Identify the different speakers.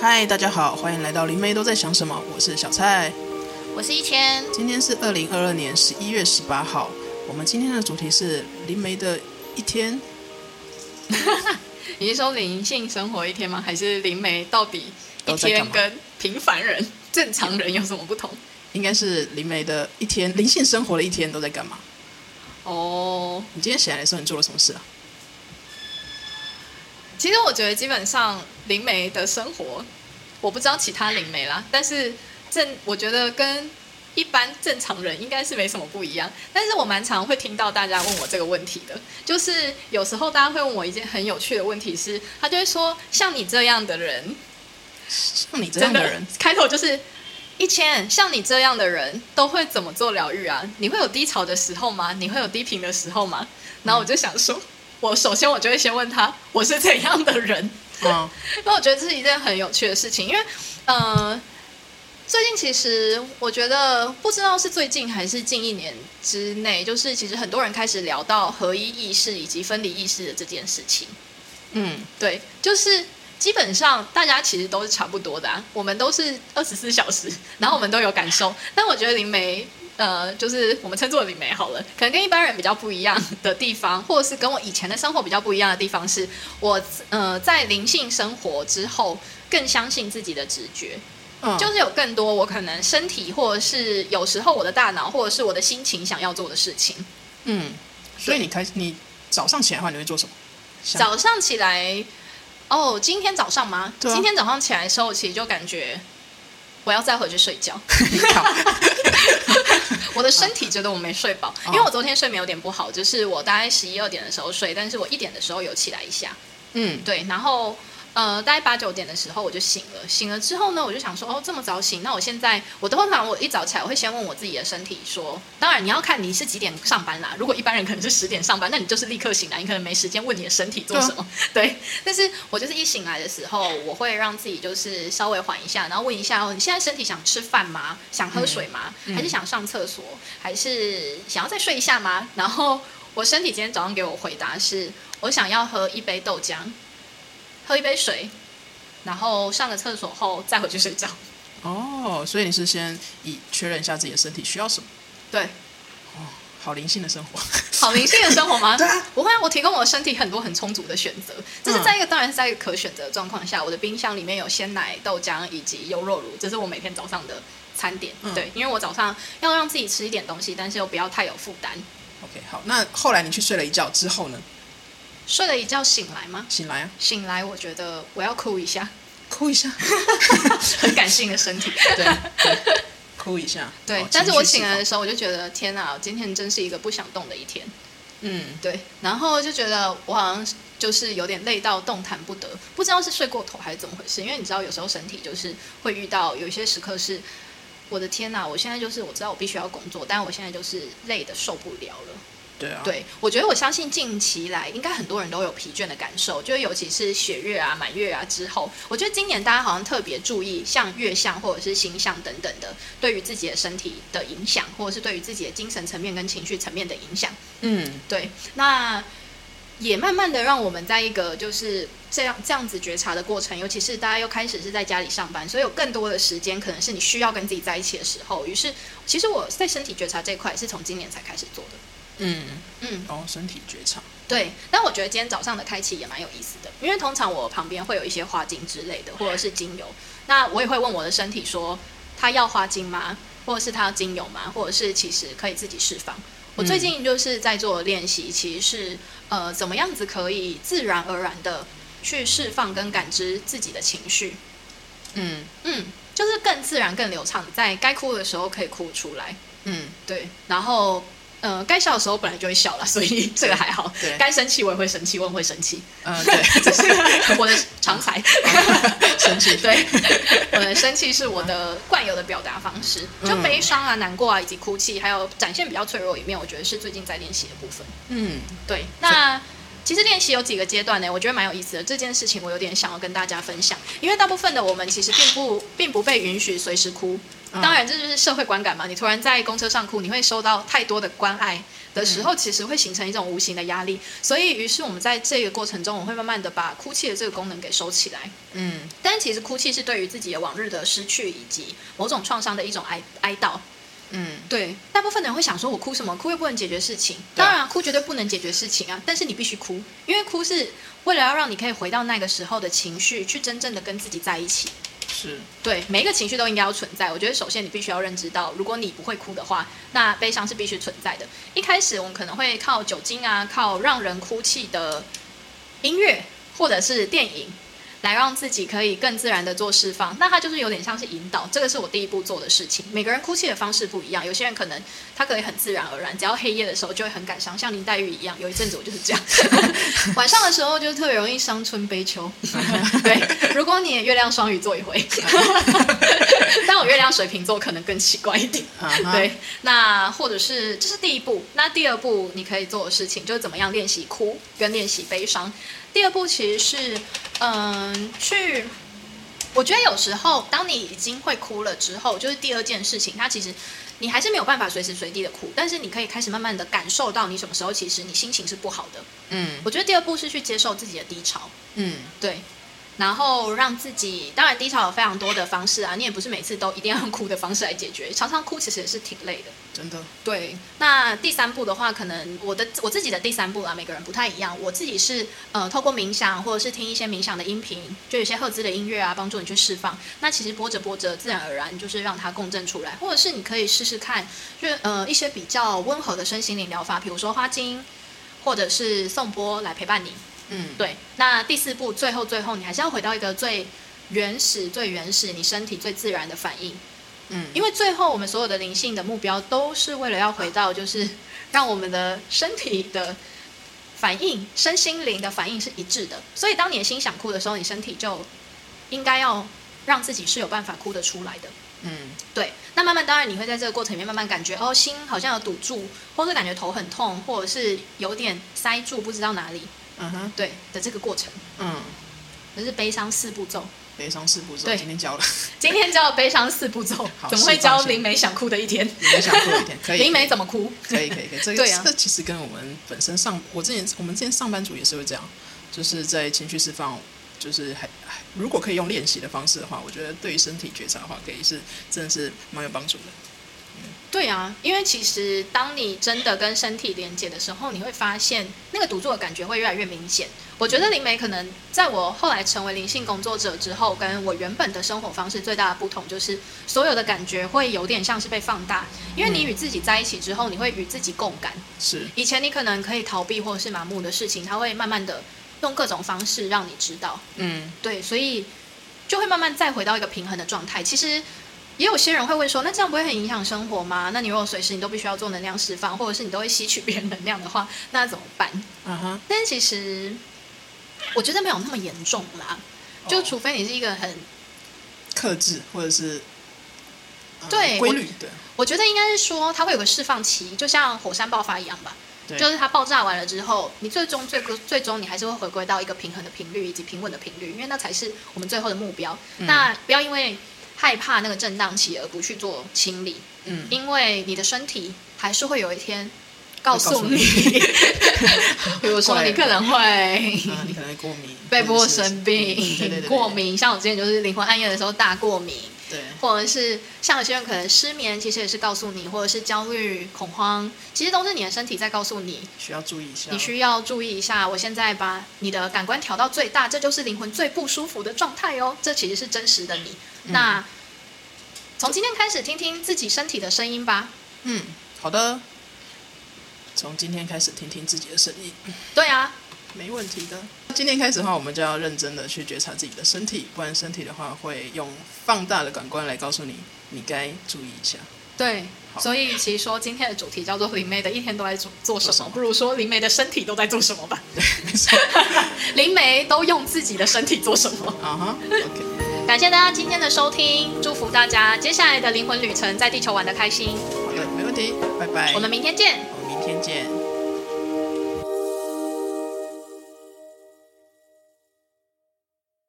Speaker 1: 嗨，大家好，欢迎来到灵媒都在想什么，我是小蔡。
Speaker 2: 我是一千，
Speaker 1: 今天是二零二二年十一月十八号，我们今天的主题是灵媒的一天。
Speaker 2: 你是说灵性生活一天吗？还是灵媒到底一
Speaker 1: 都在干
Speaker 2: 天
Speaker 1: 嘛
Speaker 2: 跟平凡人、正常人有什么不同？
Speaker 1: 应该是灵媒的一天，灵性生活的一天都在干嘛？
Speaker 2: 哦、
Speaker 1: 你今天醒来的时候，你做了什么事啊？
Speaker 2: 其实我觉得基本上灵媒的生活，我不知道其他灵媒啦，但是正我觉得跟一般正常人应该是没什么不一样。但是我蛮常会听到大家问我这个问题的，就是有时候大家会问我一件很有趣的问题是，他就会说像你这样的人，
Speaker 1: 像你这样的人，
Speaker 2: 开头就是一千，像你这样的人都会怎么做疗愈啊？你会有低潮的时候吗？你会有低频的时候吗？然后我就想说，我首先我就会先问他，我是怎样的人？
Speaker 1: 嗯，
Speaker 2: 那我觉得这是一件很有趣的事情，因为，呃，最近其实我觉得不知道是最近还是近一年之内，就是其实很多人开始聊到合一意识以及分离意识的这件事情。
Speaker 1: 嗯，
Speaker 2: 对，就是基本上大家其实都是差不多的、啊，我们都是二十四小时， 然后我们都有感受。但我觉得灵媒，呃，就是我们称作灵媒好了，可能跟一般人比较不一样的地方，或者是跟我以前的生活比较不一样的地方是，我呃在灵性生活之后更相信自己的直觉。
Speaker 1: 嗯，
Speaker 2: 就是有更多我可能身体，或者是有时候我的大脑，或者是我的心情想要做的事情。
Speaker 1: 嗯，所以你开始，你早上起来的话，你会做什么？想
Speaker 2: 早上起来，哦，今天早上吗？
Speaker 1: 对啊
Speaker 2: 今天早上起来的时候，其实就感觉我要再回去睡 觉。 我的身体觉得我没睡 饱，
Speaker 1: 哦
Speaker 2: 因为我昨天睡眠有点不好，就是我大概十一二点的时候睡，但是我一点的时候有起来一下，
Speaker 1: 嗯，
Speaker 2: 对，然后呃，大概八九点的时候我就醒了，醒了之后呢，我就想说，哦，这么早醒，那我现在我通常我一早起来，我会先问我自己的身体说，当然你要看你是几点上班啦，如果一般人可能是十点上班，那你就是立刻醒来，你可能没时间问你的身体做什么， 对。但是我就是一醒来的时候，我会让自己就是稍微缓一下，然后问一下哦，你现在身体想吃饭吗？想喝水吗？还是想上厕所？还是想要再睡一下吗？然后我身体今天早上给我回答是，我想要喝一杯豆浆，喝一杯水，然后上个厕所后再回去睡觉。
Speaker 1: 哦，所以你是先以确认一下自己的身体需要什么，
Speaker 2: 对，
Speaker 1: 好灵性的生活。
Speaker 2: 好灵性的生活 吗？
Speaker 1: 对啊，
Speaker 2: 不会啊，我嗯提供我身体很多很充足的选择。这是在一个、当然是在一个可选择的状况下，我的冰箱里面有鲜奶、豆浆以及优酪乳，这是我每天早上的餐点。
Speaker 1: 嗯
Speaker 2: 对，因为我早上要让自己吃一点东西，但是又不要太有负担。
Speaker 1: OK，好，那后来你去睡了一觉之后呢？
Speaker 2: 睡了一觉醒来吗？
Speaker 1: 醒来啊，
Speaker 2: 醒来，我觉得我要哭一下，
Speaker 1: 哭 一下，
Speaker 2: 很感性的身 体。
Speaker 1: 对，对哭一下。
Speaker 2: 对，
Speaker 1: 哦
Speaker 2: 但是我醒来，
Speaker 1: 情
Speaker 2: 的
Speaker 1: 绪释
Speaker 2: 时候，我就觉得天啊，今天真是一个不想动的一天。
Speaker 1: 放嗯，
Speaker 2: 对，然后就觉得我好像就是有点累到动弹不得，不知道是睡过头还是怎么回事。因为你知道，有时候身体就是会遇到有一些时刻是，我的天呐，我现在就是我知道我必须要工作，但我现在就是累的受不了了。
Speaker 1: 对啊，，
Speaker 2: 对，我觉得我相信近期来应该很多人都有疲倦的感受，就是尤其是血月啊、满月啊之后，我觉得今年大家好像特别注意像月相或者是星象等等的，对于自己的身体的影响，或者是对于自己的精神层面跟情绪层面的影响。
Speaker 1: 嗯，
Speaker 2: 对，那也慢慢的让我们在一个就是这样这样子觉察的过程，尤其是大家又开始是在家里上班，所以有更多的时间可能是你需要跟自己在一起的时候。于是，其实我在身体觉察这一块是从今年才开始做的。
Speaker 1: 嗯，
Speaker 2: 嗯，
Speaker 1: 哦，身体觉察，
Speaker 2: 对。但我觉得今天早上的开启也蛮有意思的，因为通常我旁边会有一些花精之类的，或者是精油。那我也会问我的身体说，它要花精吗？或者是它要精油吗？或者是其实可以自己释放。我最近就是在做练习，其实是呃，怎么样子可以自然而然的去释放跟感知自己的情绪，
Speaker 1: 嗯
Speaker 2: 嗯，就是更自然、更流畅，在该哭的时候可以哭出来，
Speaker 1: 嗯，
Speaker 2: 对，然后呃，该笑的时候本来就会笑了，所以这个还好
Speaker 1: 对，
Speaker 2: 该生气我也会生气，我也会生 气，
Speaker 1: 呃， 对，
Speaker 2: 这是我的常才，
Speaker 1: 啊生气，
Speaker 2: 对，我的生气是我的惯有的表达方式，就
Speaker 1: 嗯
Speaker 2: 悲伤啊、难过啊，以及哭泣，还有展现比较脆弱一面，我觉得是最近在练习的部分。
Speaker 1: 嗯，
Speaker 2: 对，那其实练习有几个阶段呢，我觉得蛮有意思的。这件事情我有点想要跟大家分享，因为大部分的我们其实并不并不被允许随时哭。当然，这就是社会观感嘛。你突然在公车上哭，你会收到太多的关爱的时候，其实会形成一种无形的压力。所以，于是我们在这个过程中，我会慢慢的把哭泣的这个功能给收起来。
Speaker 1: 嗯，
Speaker 2: 但其实哭泣是对于自己的往日的失去以及某种创伤的一种哀哀悼。
Speaker 1: 嗯，
Speaker 2: 对，大部分人会想说，我哭什么？哭又不能解决事情。
Speaker 1: 对啊
Speaker 2: 当然啊，哭绝对不能解决事情啊，但是你必须哭，因为哭是为了要让你可以回到那个时候的情绪，去真正的跟自己在一起。
Speaker 1: 是，
Speaker 2: 对，每一个情绪都应该要存在。我觉得首先你必须要认知到，如果你不会哭的话，那悲伤是必须存在的。一开始我们可能会靠酒精啊，靠让人哭泣的音乐或者是电影。来让自己可以更自然的做释放，那它就是有点像是引导，这个是我第一步做的事情。每个人哭泣的方式不一样，有些人可能他可以很自然而然，只要黑夜的时候就会很感伤，像林黛玉一样，有一阵子我就是这样，晚上的时候就特别容易伤春悲秋。 对，如果你也月亮双鱼座一回，但我月亮水瓶座可能更奇怪一点。
Speaker 1: 啊哈，
Speaker 2: 对，那或者是这是第一步，那第二步你可以做的事情就是怎么样练习哭跟练习悲伤。第二步其实是，嗯，去。我觉得有时候，当你已经会哭了之后，就是第二件事情，它其实你还是没有办法随时随地的哭，但是你可以开始慢慢的感受到你什么时候其实你心情是不好的。
Speaker 1: 嗯
Speaker 2: 我觉得第二步是去接受自己的低潮，
Speaker 1: 嗯，
Speaker 2: 对，然后让自己，当然低潮有非常多的方式啊，你也不是每次都一定要用哭的方式来解决，常常哭其实也是挺累的。
Speaker 1: 真的，
Speaker 2: 对，那第三步的话，可能我的我自己的第三步啊，每个人不太一样。我自己是呃，透过冥想或者是听一些冥想的音频，就有些赫兹的音乐啊，帮助你去释放。那其实播着播着，自然而然就是让它共振出来，或者是你可以试试看，就呃一些比较温和的身心灵疗法，比如说花精或者是颂钵来陪伴你。
Speaker 1: 嗯
Speaker 2: 对，那第四步，最后最后，你还是要回到一个最原始、最原始，你身体最自然的反应，
Speaker 1: 嗯，
Speaker 2: 因为最后我们所有的灵性的目标都是为了要回到，就是 让我们的身体的反应、身心灵的反应是一致的。所以，当你的心想哭的时候，你身体就应该要让自己是有办法哭得出来的。
Speaker 1: 嗯
Speaker 2: 对，那慢慢当然你会在这个过程里面慢慢感觉哦，心好像有堵住，或是感觉头很痛，或者是有点塞住，不知道哪里，
Speaker 1: 嗯哼，
Speaker 2: 对的这个过程。
Speaker 1: 嗯，
Speaker 2: 这是悲伤四步骤。
Speaker 1: 悲伤四步骤，
Speaker 2: 对
Speaker 1: 今天教了，
Speaker 2: 今天教悲伤四步骤
Speaker 1: 好，
Speaker 2: 怎么会教
Speaker 1: 释放先
Speaker 2: 林梅想哭的一天？
Speaker 1: 没想过一点，可以，
Speaker 2: 林梅怎么哭？
Speaker 1: 可以可以可以，这个、
Speaker 2: 对啊
Speaker 1: 这其实跟我们本身上，我之前我们之前上班族也是会这样，就是在情绪释放，就是还还如果可以用练习的方式的话，我觉得对于身体觉察的话，可以是真的是蛮有帮助的。
Speaker 2: 对啊，因为其实当你真的跟身体连接的时候，你会发现那个堵住的感觉会越来越明显。我觉得灵媒可能在我后来成为灵性工作者之后，跟我原本的生活方式最大的不同就是，所有的感觉会有点像是被放大，因为你与自己在一起之后，你会与自己共感。
Speaker 1: 是，
Speaker 2: 以前你可能可以逃避或者是麻木的事情，它会慢慢的用各种方式让你知道。
Speaker 1: 嗯
Speaker 2: 对，所以就会慢慢再回到一个平衡的状态。其实也有些人会问说，那这样不会很影响生活吗？那你如果随时你都必须要做能量释放，或者是你都会吸取别人能量的话，那怎么办？
Speaker 1: 啊哈，
Speaker 2: 但是其实我觉得没有那么严重啦，就除非你是一个很，
Speaker 1: 克制或者是、呃
Speaker 2: 对
Speaker 1: 规
Speaker 2: 我
Speaker 1: 律，对
Speaker 2: 我觉得应该是说它会有个释放期，就像火山爆发一样吧。
Speaker 1: 对，
Speaker 2: 就是它爆炸完了之后，你最终最最终你还是会回归到一个平衡的频率以及平稳的频率，因为那才是我们最后的目标。
Speaker 1: 嗯
Speaker 2: 那不要因为害怕那个震荡期而不去做清理，
Speaker 1: 嗯
Speaker 2: 因为你的身体还是会有一天告
Speaker 1: 会告
Speaker 2: 诉
Speaker 1: 诉
Speaker 2: 你， 比如说你可能会。
Speaker 1: 啊，你可能会过敏，
Speaker 2: 被
Speaker 1: 或
Speaker 2: 迫
Speaker 1: 者是
Speaker 2: 生
Speaker 1: 嗯对对对
Speaker 2: 病、
Speaker 1: 对
Speaker 2: 过，敏，像我之前就是灵魂暗夜的时候大过敏，
Speaker 1: 对，
Speaker 2: 或者是像有些人可能失眠，其实也是告诉你，或者是焦虑、恐慌，其实都是你的身体在告诉你，
Speaker 1: 需要注意一下，
Speaker 2: 你需要注意一下，我现在把你的感官调到最大，这就是灵魂最不舒服的状态哦。这其实是真实的你。那从今天开始，听听自己身体的声音吧。
Speaker 1: 嗯，好的，从今天开始听听自己的声音。
Speaker 2: 对啊，
Speaker 1: 没问题的。今天开始的话，我们就要认真的去觉察自己的身体，不然身体的话会用放大的感官来告诉你，你该注意一下。
Speaker 2: 对。
Speaker 1: 好
Speaker 2: 所以其实说今天的主题叫做灵媒的一天都在做做什
Speaker 1: 做什
Speaker 2: 么，
Speaker 1: 么
Speaker 2: 不如说灵媒的身体都在做什么吧。
Speaker 1: 没错。
Speaker 2: 灵媒都用自己的身体做什么？
Speaker 1: 啊哈，OK，
Speaker 2: 感谢大家今天的收听，祝福大家接下来的灵魂旅程在地球玩的开心。
Speaker 1: 好的，没问题，拜拜。
Speaker 2: 我们明天见。
Speaker 1: 我们明天见。